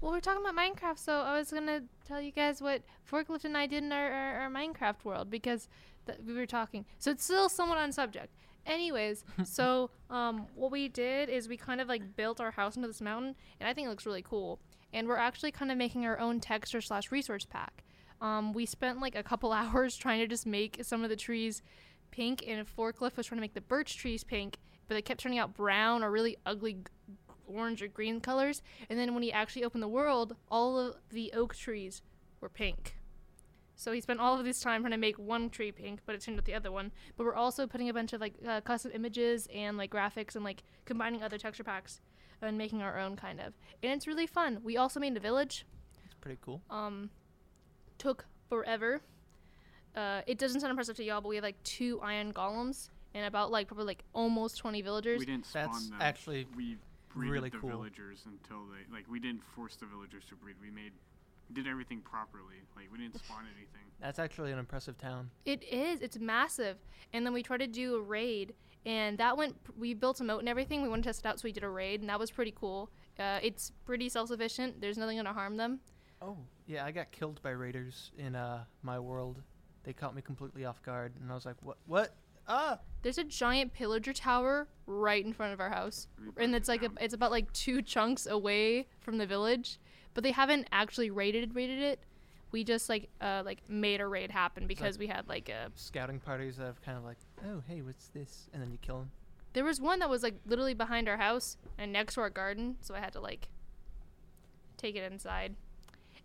Speaker 6: Well, we're talking about Minecraft, so I was gonna tell you guys what Forklift and I did in our, our, our Minecraft world because th- we were talking. So it's still somewhat on subject. Anyways, so um, what we did is we kind of like built our house into this mountain, and I think it looks really cool. And we're actually kind of making our own texture slash resource pack. Um, we spent like a couple hours trying to just make some of the trees pink, and Forklift was trying to make the birch trees pink, but they kept turning out brown or really ugly g- orange or green colors. And then when he actually opened the world, all of the oak trees were pink. So he spent all of this time trying to make one tree pink, but it turned out the other one. But we're also putting a bunch of like uh, custom images and like graphics and like combining other texture packs and making our own kind of. And it's really fun. We also made a village.
Speaker 4: It's pretty cool.
Speaker 6: Um, took forever. Uh, it doesn't sound impressive to y'all, but we have like two iron golems and about like probably like almost 20 villagers.
Speaker 3: We didn't spawn
Speaker 4: That's
Speaker 3: them.
Speaker 4: actually
Speaker 3: we breeded
Speaker 4: really
Speaker 3: the
Speaker 4: cool.
Speaker 3: villagers until they like we didn't force the villagers to breed. We made did everything properly. Like we didn't spawn anything.
Speaker 4: That's actually an impressive town.
Speaker 6: It is. It's massive. And then we tried to do a raid, and that went. We built a moat and everything. We wanted to test it out, so we did a raid, and that was pretty cool. Uh, it's pretty self-sufficient. There's nothing gonna harm them.
Speaker 4: Oh, yeah, I got killed by raiders in uh my world. They caught me completely off guard, and I was like, "What? What? Ah!"
Speaker 6: There's a giant pillager tower right in front of our house,
Speaker 3: We broke
Speaker 6: and
Speaker 3: it
Speaker 6: it's like a,
Speaker 3: down.
Speaker 6: it's about like two chunks away from the village, but they haven't actually raided raided it. We just like uh, like made a raid happen because we had like a
Speaker 4: Scouting parties that have kind of like, "Oh, hey, what's this?" And then you kill them.
Speaker 6: There was one that was like literally behind our house and next to our garden, so I had to like take it inside.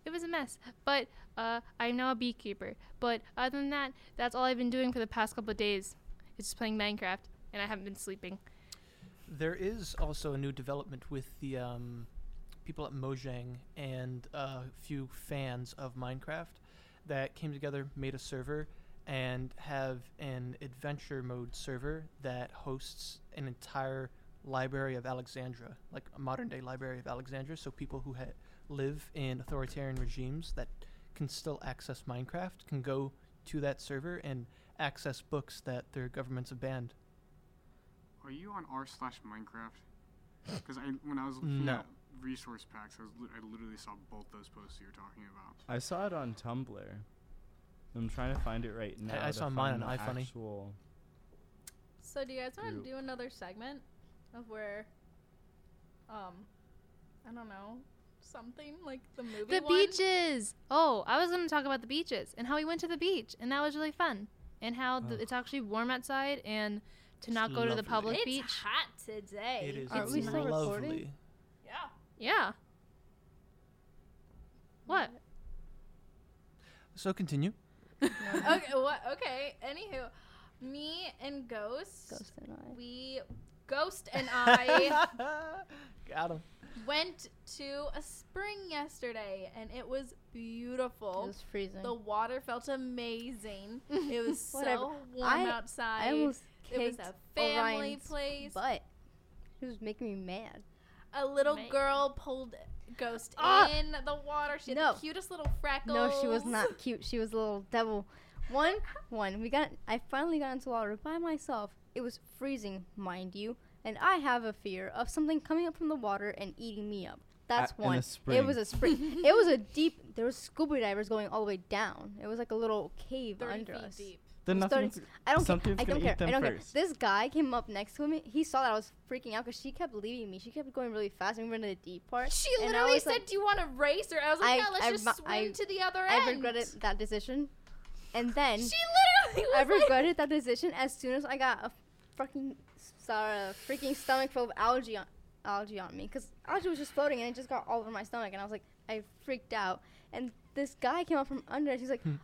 Speaker 6: It was a mess, but uh, I'm now a beekeeper. But other than that, that's all I've been doing for the past couple of days. It's just playing Minecraft, and I haven't been sleeping.
Speaker 4: There is also a new development with the um, people at Mojang and a few fans of Minecraft that came together, made a server, and have an adventure mode server that hosts an entire library of Alexandria, like a modern day library of Alexandria. So people who ha- live in authoritarian regimes that can still access Minecraft can go to that server and access books that their governments have banned.
Speaker 3: Are you on r slash Minecraft? Because I when I was looking
Speaker 4: No.
Speaker 3: at resource packs, I was li- I literally saw both those posts you're talking about.
Speaker 2: I saw it on Tumblr. I'm trying to find it right now.
Speaker 4: I
Speaker 2: to
Speaker 4: saw mine
Speaker 2: find
Speaker 4: on E.
Speaker 2: the
Speaker 4: iFunny.
Speaker 2: actual-
Speaker 1: So do you guys want
Speaker 2: Group.
Speaker 1: to do another segment of where um I don't know, something like the movie.
Speaker 6: The
Speaker 1: one.
Speaker 6: beaches. Oh, I was going to talk about the beaches and how we went to the beach and that was really fun and how th-
Speaker 4: Ugh.
Speaker 6: it's actually warm outside and to
Speaker 4: It's
Speaker 6: not go to the
Speaker 4: lovely.
Speaker 6: public
Speaker 1: It's
Speaker 6: beach.
Speaker 1: hot today.
Speaker 4: It is
Speaker 5: Aren't we still recording?
Speaker 4: lovely.
Speaker 1: Yeah.
Speaker 6: Yeah. What?
Speaker 4: So continue.
Speaker 1: okay. What? Okay. Anywho, me and Ghost,
Speaker 5: Ghost and I.
Speaker 1: we Ghost and I
Speaker 4: Got him.
Speaker 1: went to a spring yesterday, and it was beautiful.
Speaker 5: It was freezing.
Speaker 1: the water felt amazing. It was
Speaker 5: Whatever.
Speaker 1: so warm
Speaker 5: I-
Speaker 1: outside.
Speaker 5: I almost
Speaker 1: it was
Speaker 5: kicked
Speaker 1: a family
Speaker 5: Orion's
Speaker 1: place.
Speaker 5: butt. He was making me mad.
Speaker 1: a little
Speaker 6: Man.
Speaker 1: girl pulled Ghost
Speaker 5: Ah!
Speaker 1: in the water. She had
Speaker 5: No.
Speaker 1: the cutest little freckles.
Speaker 5: No, she was not cute. She was a little devil. One, one. We got. I finally got into water by myself. It was freezing, mind you, and I have a fear of something coming up from the water and eating me up. That's
Speaker 2: in a
Speaker 5: one. It
Speaker 2: spring.
Speaker 5: was a spring. it was a deep. There was scuba divers going all the way down. It was like a little cave
Speaker 1: 30
Speaker 5: under
Speaker 1: feet
Speaker 5: us.
Speaker 1: deep.
Speaker 2: Then
Speaker 5: It was 30
Speaker 2: nothing's.
Speaker 5: I don't care.
Speaker 2: something's
Speaker 5: I
Speaker 2: gonna
Speaker 5: don't
Speaker 2: eat
Speaker 5: care. I
Speaker 2: them
Speaker 5: don't care.
Speaker 2: first.
Speaker 5: This guy came up next to me. He saw that I was freaking out because she kept leaving me. She kept going really fast, and we were in the deep part.
Speaker 1: She
Speaker 5: and I
Speaker 1: literally
Speaker 5: was
Speaker 1: said,
Speaker 5: like-
Speaker 1: "Do you want to race?" Or I was like,
Speaker 5: I-
Speaker 1: "Yeah, let's
Speaker 5: I
Speaker 1: just
Speaker 5: bu-
Speaker 1: swim
Speaker 5: I-
Speaker 1: to the other end."
Speaker 5: "I regretted that decision," and then
Speaker 1: She literally. Was
Speaker 5: I
Speaker 1: like-
Speaker 5: regretted that decision as soon as I got a fucking sorry, a freaking stomach full of algae on algae on me because algae was just floating and it just got all over my stomach and I was like I freaked out and this guy came up from under and he's like,
Speaker 4: Hmm.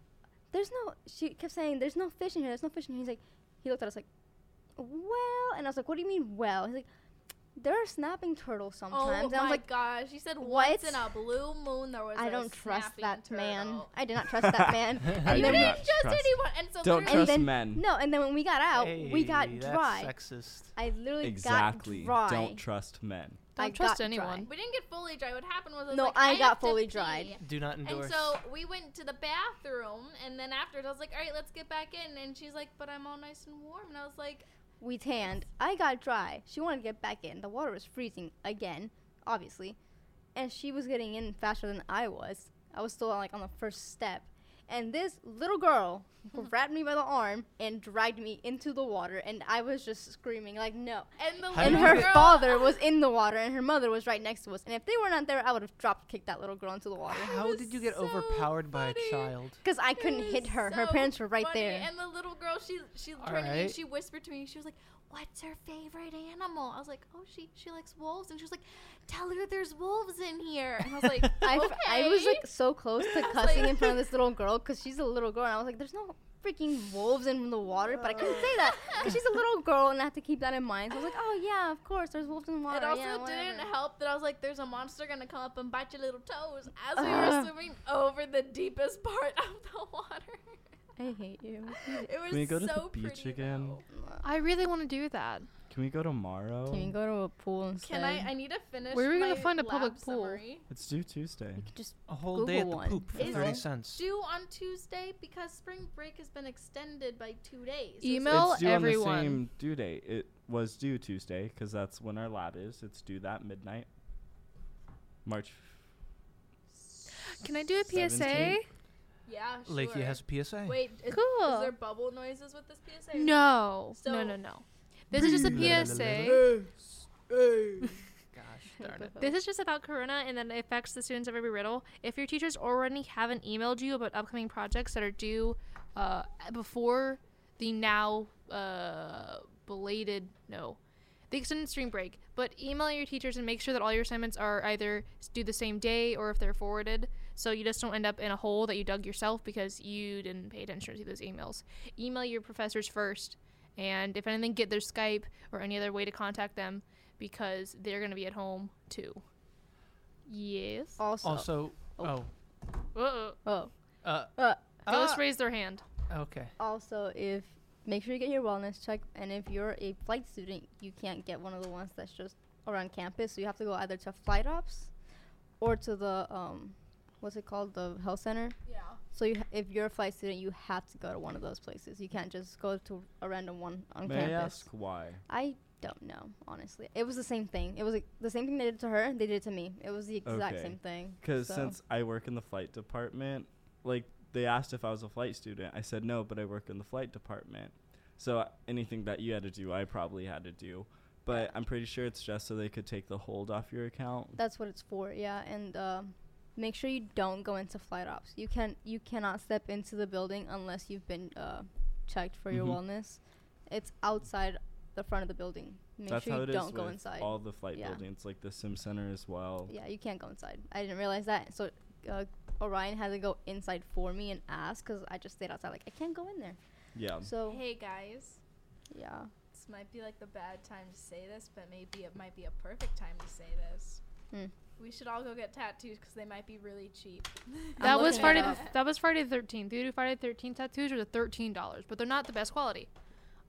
Speaker 5: "There's no." She kept saying, "There's no fish in here. There's no fish in here." He's like, he looked at us like, "Well," and I was like, "What do you mean well?" He's like, "There are snapping turtles
Speaker 1: Oh
Speaker 5: sometimes." and I
Speaker 1: my
Speaker 5: was like,
Speaker 1: gosh! She said
Speaker 5: "What?"
Speaker 1: once in a blue moon there was.
Speaker 5: "I
Speaker 1: a
Speaker 5: don't trust
Speaker 1: snapping
Speaker 5: that man.
Speaker 1: turtle."
Speaker 5: I did not trust that man."
Speaker 2: I
Speaker 5: And
Speaker 1: you
Speaker 2: do
Speaker 5: then
Speaker 1: didn't
Speaker 2: not
Speaker 1: trust,
Speaker 2: trust-
Speaker 1: anyone, and so
Speaker 2: Don't
Speaker 1: literally-
Speaker 2: trust
Speaker 5: then-
Speaker 2: men.
Speaker 5: no, and then when we got out, we got
Speaker 4: Hey,
Speaker 5: dry.
Speaker 4: That's sexist.
Speaker 5: I literally
Speaker 2: Exactly.
Speaker 5: got dry.
Speaker 2: Don't trust men.
Speaker 6: Don't
Speaker 5: I got
Speaker 6: trust
Speaker 5: dry.
Speaker 6: anyone.
Speaker 1: we didn't get fully dry. What happened was, I was
Speaker 5: No,
Speaker 1: like,
Speaker 5: I got
Speaker 1: have to
Speaker 5: fully
Speaker 1: pee."
Speaker 5: dried.
Speaker 4: Do not endorse.
Speaker 1: And so we went to the bathroom, and then afterwards I was like, "All right, let's get back in." And she's like, "But I'm all nice and warm." And I was like,
Speaker 5: We tanned. I got dry. She wanted to get back in. The water was freezing again, obviously, and she was getting in faster than I was. I was still on, like on the first step, and this little girl grabbed me by the arm and dragged me into the water, and I was just screaming like no.
Speaker 1: "And the
Speaker 4: How
Speaker 1: little
Speaker 5: And
Speaker 4: did
Speaker 5: her
Speaker 4: you
Speaker 1: girl,
Speaker 5: father was in the water, and her mother was right next to us. And if they were not there, I would have drop kicked that little girl into the water.
Speaker 4: How
Speaker 1: was
Speaker 4: did you get
Speaker 1: so
Speaker 4: overpowered by a
Speaker 1: funny.
Speaker 4: child?
Speaker 5: Because I
Speaker 1: It
Speaker 5: couldn't
Speaker 1: was
Speaker 5: hit her. her
Speaker 1: so
Speaker 5: parents were right
Speaker 1: funny.
Speaker 5: there.
Speaker 1: And the little girl, she she
Speaker 4: All
Speaker 1: turned to me and
Speaker 4: right.
Speaker 1: she whispered to me. She was like, "What's her favorite animal?" I was like, "Oh, she she likes wolves." And she was like, "Tell her there's wolves in here." And I was like,
Speaker 5: I,
Speaker 1: okay.
Speaker 5: f- I was like so close
Speaker 1: I
Speaker 5: to
Speaker 1: was
Speaker 5: cussing
Speaker 1: like-
Speaker 5: in front of this little girl because she's a little girl, and I was like, "There's no freaking wolves in the water," but I couldn't say that because she's a little girl, and I have to keep that in mind. So I was like, "Oh yeah, of course, there's wolves in the water."
Speaker 1: It also
Speaker 5: yeah,
Speaker 1: didn't
Speaker 5: whatever."
Speaker 1: help that I was like, "There's a monster gonna come up and bite your little toes." As we were
Speaker 5: Ugh.
Speaker 1: swimming over the deepest part of the water,
Speaker 5: I hate you.
Speaker 1: it was
Speaker 2: Can we go to
Speaker 1: so
Speaker 2: the beach
Speaker 1: pretty,
Speaker 2: again?
Speaker 1: though.
Speaker 6: I really want to do that.
Speaker 2: Can we go tomorrow?
Speaker 5: Can you go to a pool instead?
Speaker 1: Can I? I need to finish.
Speaker 6: Where are we gonna
Speaker 1: my
Speaker 6: find a public
Speaker 1: lab
Speaker 6: pool?
Speaker 1: summary.
Speaker 2: It's due Tuesday.
Speaker 5: You could just
Speaker 4: A whole day at
Speaker 5: Google
Speaker 4: the
Speaker 5: one.
Speaker 4: poop for
Speaker 1: Is
Speaker 4: thirty
Speaker 1: it
Speaker 4: cents.
Speaker 1: Due on Tuesday because spring break has been extended by two days. So it's
Speaker 6: Email- Tell
Speaker 2: it's due
Speaker 6: everyone.
Speaker 2: on the same due date. It was due Tuesday because that's when our lab is. It's due that midnight. March.
Speaker 6: Can I do a PSA?
Speaker 2: 17th?
Speaker 1: like- yeah, sure.
Speaker 4: Lakey has a PSA.
Speaker 1: Wait, is,
Speaker 6: Cool.
Speaker 1: is there bubble noises with this PSA?
Speaker 6: No. no,
Speaker 1: So-
Speaker 6: no, no. This is just a PSA.
Speaker 4: Gosh darn it.
Speaker 6: This is just about Corona and then it affects the students of every riddle. If your teachers already haven't emailed you about upcoming projects that are due uh, before the now uh, belated, no, the extended spring break, but email your teachers and make sure that all your assignments are either s- due the same day or if they're forwarded so you just don't end up in a hole that you dug yourself because you didn't pay attention to those emails. Email your professors first and if anything, get their Skype or any other way to contact them because they're going to be at home too. Yes.
Speaker 5: also.
Speaker 4: Also, oh,
Speaker 6: Uh-oh.
Speaker 5: oh,
Speaker 4: uh,
Speaker 5: uh,
Speaker 6: Ghost
Speaker 4: ah,
Speaker 6: raised their hand.
Speaker 4: okay.
Speaker 5: also if make sure you get your wellness check, and if you're a flight student, you can't get one of the ones that's just around campus, so you have to go either to flight ops or to the um, what's it called, the health center.
Speaker 1: Yeah.
Speaker 5: So you, ha- if you're a flight student, you have to go to one of those places. You can't just go to a random one on
Speaker 2: May I
Speaker 5: campus.
Speaker 2: ask why?
Speaker 5: I, don't know, honestly. It was the same thing. It was like, the same thing they did to her. They did it to me. It was the exact
Speaker 2: Okay.
Speaker 5: same thing.
Speaker 2: Because
Speaker 5: So-
Speaker 2: since I work in the flight department, like they asked if I was a flight student, I said uh, no, but I work in the flight department. So anything that you had to do, I probably had to do. but I'm pretty sure it's just so they could take the hold off your account.
Speaker 5: That's what it's for, yeah. And uh, make sure you don't go into flight ops. You can you cannot step into the building unless you've been uh, checked for your
Speaker 2: Mhm.
Speaker 5: wellness. It's outside the front of the building. Make
Speaker 2: That's
Speaker 5: sure
Speaker 2: how
Speaker 5: you
Speaker 2: it is
Speaker 5: don't go
Speaker 2: with
Speaker 5: inside.
Speaker 2: all the flight
Speaker 5: Yeah.
Speaker 2: buildings, like the Sim Center as well.
Speaker 5: Yeah, you can't go inside. I didn't realize that. So uh, Orion had to go inside for me and ask because I just stayed outside. Like I can't go in there.
Speaker 2: Yeah.
Speaker 5: So
Speaker 1: Hey guys,
Speaker 5: yeah,
Speaker 1: this might be like the bad time to say this, but maybe it might be a perfect time to say this.
Speaker 5: Hmm.
Speaker 1: We should all go get tattoos because they might be really cheap.
Speaker 6: That was
Speaker 5: looking it
Speaker 6: Friday. The,
Speaker 5: up.
Speaker 6: that was Friday the thirteenth. They do Friday the thirteenth tattoos, are the thirteen dollars, but they're not the best quality.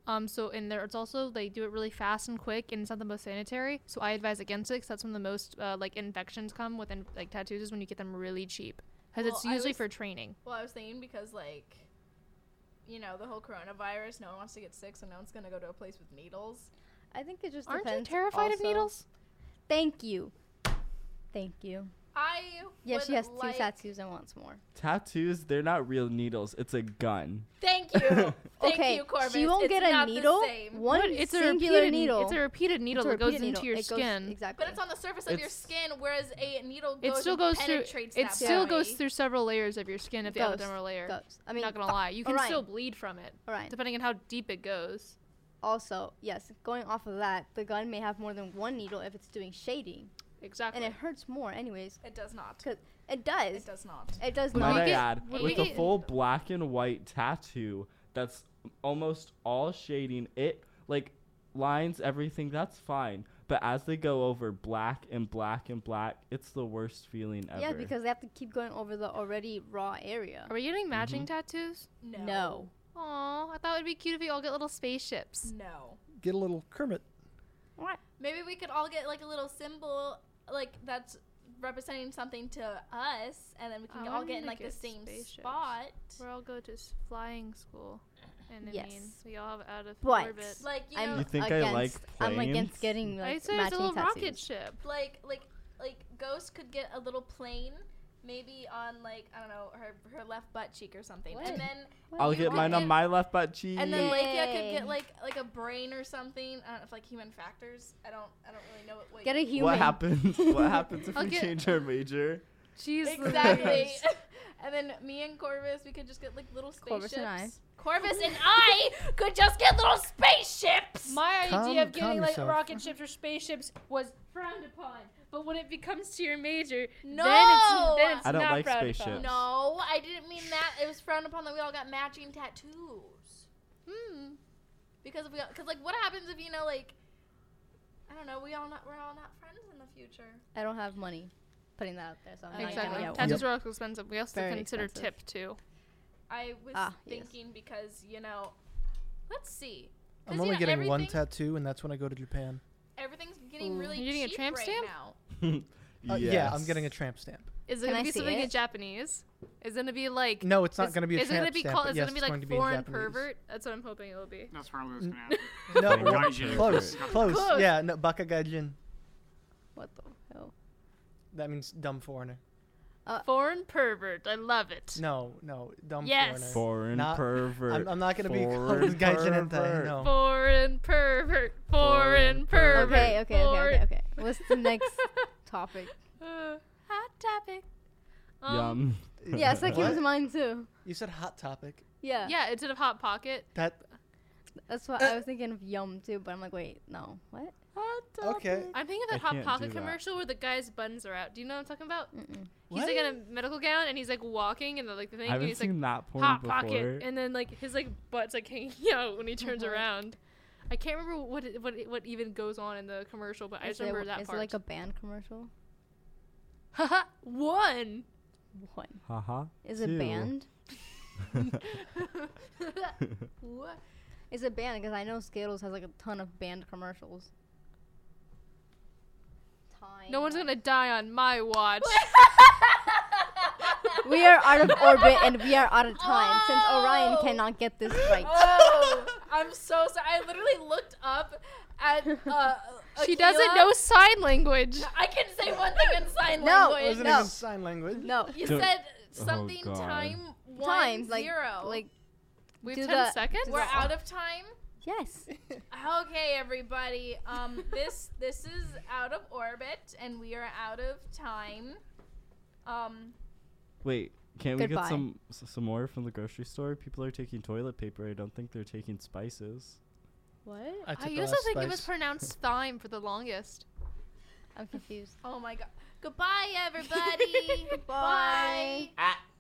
Speaker 6: Um, so and there, it's also they do it really fast and quick, and it's not the most sanitary. So I advise against it 'cause that's when the most uh, like infections come with in, like tattoos is when you get them really cheap, because it's
Speaker 1: Well, I
Speaker 6: usually
Speaker 1: was-
Speaker 6: for training.
Speaker 1: Well, I was thinking because like, you know, the whole coronavirus, no one wants to get sick, so no one's gonna go to a place with needles.
Speaker 5: I think it just
Speaker 6: Aren't you
Speaker 5: depends
Speaker 6: terrified of
Speaker 5: also-
Speaker 6: needles?
Speaker 5: Thank you, thank you.
Speaker 1: I
Speaker 5: Yeah,
Speaker 1: would
Speaker 5: she has
Speaker 1: like-
Speaker 5: two tattoos and wants more.
Speaker 2: Tattoos, they're not real needles. It's a gun.
Speaker 1: Thank you, thank
Speaker 5: okay,
Speaker 1: you, Corbin.
Speaker 5: she won't
Speaker 1: It's
Speaker 5: get a
Speaker 1: not the
Speaker 5: needle.
Speaker 1: same.
Speaker 5: One
Speaker 6: What? It's a
Speaker 5: singular
Speaker 6: repeated,
Speaker 5: needle.
Speaker 6: It's a repeated needle
Speaker 5: It's a
Speaker 6: that goes
Speaker 5: repeated
Speaker 6: into your
Speaker 5: needle. It goes-
Speaker 6: skin.
Speaker 5: Exactly.
Speaker 1: But it's on the surface of your
Speaker 2: It's-
Speaker 1: skin, whereas a needle
Speaker 6: It
Speaker 1: goes
Speaker 6: still
Speaker 1: and
Speaker 6: goes through.
Speaker 1: penetrates
Speaker 6: It
Speaker 1: that
Speaker 6: still
Speaker 1: body.
Speaker 6: goes through several layers of your skin if you have a
Speaker 5: Goes.
Speaker 6: dermal layer.
Speaker 5: Goes. I mean,
Speaker 6: not gonna lie, you can
Speaker 5: Orion.
Speaker 6: still bleed from it,
Speaker 5: all right.
Speaker 6: depending on how deep it goes.
Speaker 5: Also, yes, going off of that, the gun may have more than one needle if it's doing shading,
Speaker 6: Exactly.
Speaker 5: and it hurts more. Anyways,
Speaker 1: It does not.
Speaker 5: it does.
Speaker 1: It does not.
Speaker 5: It does
Speaker 2: Might
Speaker 5: not.
Speaker 2: I
Speaker 6: get-
Speaker 2: add,
Speaker 6: when
Speaker 2: with
Speaker 6: we
Speaker 2: a
Speaker 6: get-
Speaker 2: full black and white tattoo that's almost all shading, it like lines everything, that's fine. But as they go over black and black and black, it's the worst feeling ever.
Speaker 5: Yeah, because they have to keep going over the already raw area.
Speaker 6: Are we
Speaker 5: Mm-hmm.
Speaker 6: getting matching tattoos?
Speaker 1: No.
Speaker 5: No.
Speaker 6: Aw, I thought it'd be cute if we all get little spaceships.
Speaker 1: No.
Speaker 7: Get a little Kermit.
Speaker 1: Maybe we could all get like a little symbol, like that's representing something to us, and then we can
Speaker 6: I
Speaker 1: all
Speaker 6: wanna
Speaker 1: get in
Speaker 6: make
Speaker 1: like the
Speaker 6: it
Speaker 1: same
Speaker 6: spaceships.
Speaker 1: spot.
Speaker 6: We're all go to s- flying school, and I mean
Speaker 5: Mm. Yes.
Speaker 6: we all have out of
Speaker 5: But-
Speaker 6: orbit.
Speaker 1: Like you
Speaker 5: I'm
Speaker 1: know,
Speaker 2: You think I
Speaker 5: against,
Speaker 2: like
Speaker 5: I'm
Speaker 2: planes?
Speaker 5: against getting
Speaker 6: I
Speaker 5: like
Speaker 6: said it's a
Speaker 5: matching
Speaker 6: little
Speaker 5: tattoos.
Speaker 6: rocket ship.
Speaker 1: like like like Ghost could get a little plane, maybe on like I don't know her her left butt cheek or something,
Speaker 5: What?
Speaker 1: and then
Speaker 2: I'll
Speaker 1: you
Speaker 2: get
Speaker 1: could
Speaker 2: mine on
Speaker 1: get-
Speaker 2: my left butt cheek.
Speaker 1: and then Lakia could
Speaker 5: Yay.
Speaker 1: get like like a brain or something. I don't know if like human factors. I don't I don't really know what. what
Speaker 5: Get a
Speaker 1: you-
Speaker 5: human.
Speaker 2: what happens? what happens if
Speaker 6: I'll
Speaker 2: we
Speaker 6: get-
Speaker 2: change our major?
Speaker 6: Jeez,
Speaker 1: Exactly. and then me and Corvus, we could just get like little spaceships.
Speaker 5: Corvus and I.
Speaker 1: Corvus and I could just get little spaceships.
Speaker 8: My
Speaker 7: Calm-
Speaker 8: idea of
Speaker 7: calm
Speaker 8: getting like
Speaker 7: yourself.
Speaker 8: rocket ships or spaceships was frowned upon, but when it becomes to your major,
Speaker 1: No.
Speaker 8: then it's, then it's
Speaker 2: I don't
Speaker 8: not
Speaker 2: like
Speaker 8: frowned
Speaker 2: spaceships.
Speaker 8: upon.
Speaker 1: no, I didn't mean that. It was frowned upon that we all got matching tattoos. Hmm. Because if we, because like, what happens if you know, like, I don't know, we all not, we're all not friends in the future.
Speaker 5: I don't have money putting that out there, so I'm not
Speaker 6: Exactly.
Speaker 5: gonna get one.
Speaker 6: Tattoos are also expensive. We also
Speaker 5: Very
Speaker 6: consider
Speaker 5: expensive.
Speaker 6: tip too.
Speaker 1: I was
Speaker 5: Ah, yes.
Speaker 1: thinking because you know, let's see. 'Cause,
Speaker 7: I'm
Speaker 1: you
Speaker 7: only
Speaker 1: know,
Speaker 7: getting one
Speaker 1: everything-
Speaker 7: tattoo, and that's when I go to Japan.
Speaker 1: Everything's
Speaker 5: Mm.
Speaker 1: getting really
Speaker 6: You're getting a
Speaker 1: cheap
Speaker 6: tramp
Speaker 1: right
Speaker 6: stamp?
Speaker 1: now.
Speaker 7: Uh, Yeah, I'm getting a tramp stamp.
Speaker 6: Is it
Speaker 5: Can
Speaker 6: gonna
Speaker 5: I
Speaker 6: be
Speaker 5: see
Speaker 6: something in
Speaker 5: it?
Speaker 6: Japanese? Is it gonna be like?
Speaker 7: No, it's not
Speaker 6: is-
Speaker 7: going to be a
Speaker 6: Is it
Speaker 7: tramp
Speaker 6: gonna be
Speaker 7: stamp.
Speaker 6: called?
Speaker 7: but
Speaker 6: Is
Speaker 7: yes,
Speaker 6: it gonna be
Speaker 7: it's
Speaker 6: like
Speaker 7: going to be in
Speaker 6: foreign
Speaker 7: Japanese.
Speaker 6: pervert? That's what I'm hoping it will be.
Speaker 3: That's where I was gonna ask.
Speaker 7: No,
Speaker 2: Fucking
Speaker 7: well,
Speaker 3: gaijin.
Speaker 7: close,
Speaker 3: Close.
Speaker 7: close.
Speaker 6: Close.
Speaker 7: Yeah, no, bakagaijin.
Speaker 5: What the hell?
Speaker 7: That means dumb foreigner.
Speaker 6: Foreign pervert. I love it.
Speaker 7: No, no, dumb foreigner.
Speaker 6: Yes.
Speaker 2: Foreign
Speaker 7: Not-
Speaker 2: pervert.
Speaker 7: I'm, I'm not going to be
Speaker 2: Foreign
Speaker 7: called gaijin hentai.
Speaker 2: pervert.
Speaker 7: No.
Speaker 6: Foreign pervert.
Speaker 2: Foreign
Speaker 6: Foreign pervert.
Speaker 5: Okay, okay, okay, okay,
Speaker 6: foreign
Speaker 5: okay. What's the next topic?
Speaker 6: Uh, hot topic. Um,
Speaker 2: Yum.
Speaker 5: Yeah, so that came
Speaker 7: What?
Speaker 5: to mind too.
Speaker 7: You said hot topic.
Speaker 5: Yeah.
Speaker 6: Yeah, instead of hot pocket.
Speaker 7: That
Speaker 5: That's what I was thinking of yum too, but I'm like, wait, no, what?
Speaker 7: okay.
Speaker 6: I'm thinking of that
Speaker 2: I
Speaker 6: hot
Speaker 2: can't
Speaker 6: pocket
Speaker 2: do that.
Speaker 6: commercial where the guy's buns are out. Do you know what I'm talking about?
Speaker 5: Mm-mm.
Speaker 7: What?
Speaker 6: He's like in a medical gown and he's like walking and the, like the
Speaker 2: I
Speaker 6: thing and
Speaker 2: haven't
Speaker 6: he's like
Speaker 2: seen that porn
Speaker 6: hot
Speaker 2: before.
Speaker 6: pocket and then like his like butt's like hanging out when he turns
Speaker 5: Uh-huh.
Speaker 6: around. I can't remember what it, what it, what even goes on in the commercial, but I
Speaker 5: Is
Speaker 6: just
Speaker 5: it-
Speaker 6: remember that
Speaker 5: is
Speaker 6: part.
Speaker 5: it like a band commercial?
Speaker 6: Haha, one.
Speaker 5: What?
Speaker 2: Haha.
Speaker 5: Is it
Speaker 2: Two.
Speaker 5: banned?
Speaker 1: What?
Speaker 5: Is it banned? Because I know Skittles has like a ton of banned commercials. Time.
Speaker 6: No one's gonna die on my watch.
Speaker 5: We are out of orbit and we are out of time since Orion cannot get this right.
Speaker 1: Oh, I'm so sorry. I literally looked up at. Uh,
Speaker 6: she
Speaker 1: Akila.
Speaker 6: doesn't know sign language.
Speaker 1: I can say one thing in sign
Speaker 5: No,
Speaker 1: language.
Speaker 7: Wasn't
Speaker 5: No.
Speaker 7: even sign language.
Speaker 5: No.
Speaker 1: You
Speaker 2: Don't-
Speaker 1: said
Speaker 7: Oh,
Speaker 1: something
Speaker 2: God.
Speaker 1: time one
Speaker 5: Time like
Speaker 1: zero.
Speaker 5: like
Speaker 6: We
Speaker 5: Do
Speaker 6: have
Speaker 5: the-
Speaker 6: ten seconds.
Speaker 5: do
Speaker 1: we're
Speaker 5: the-
Speaker 1: out of time.
Speaker 5: Yes.
Speaker 1: Okay, everybody. Um, this this is out of orbit, and we are out of time. Um,
Speaker 2: Wait, can't we
Speaker 5: Goodbye.
Speaker 2: get some s- some more from the grocery store? People are taking toilet paper. I don't think they're taking spices.
Speaker 5: What?
Speaker 4: I, took
Speaker 6: I
Speaker 4: the
Speaker 6: used to
Speaker 4: last
Speaker 6: think it was
Speaker 4: spice.
Speaker 6: pronounced thyme for the longest.
Speaker 5: I'm confused.
Speaker 1: oh my god. Goodbye, everybody.
Speaker 5: Bye.
Speaker 1: Bye.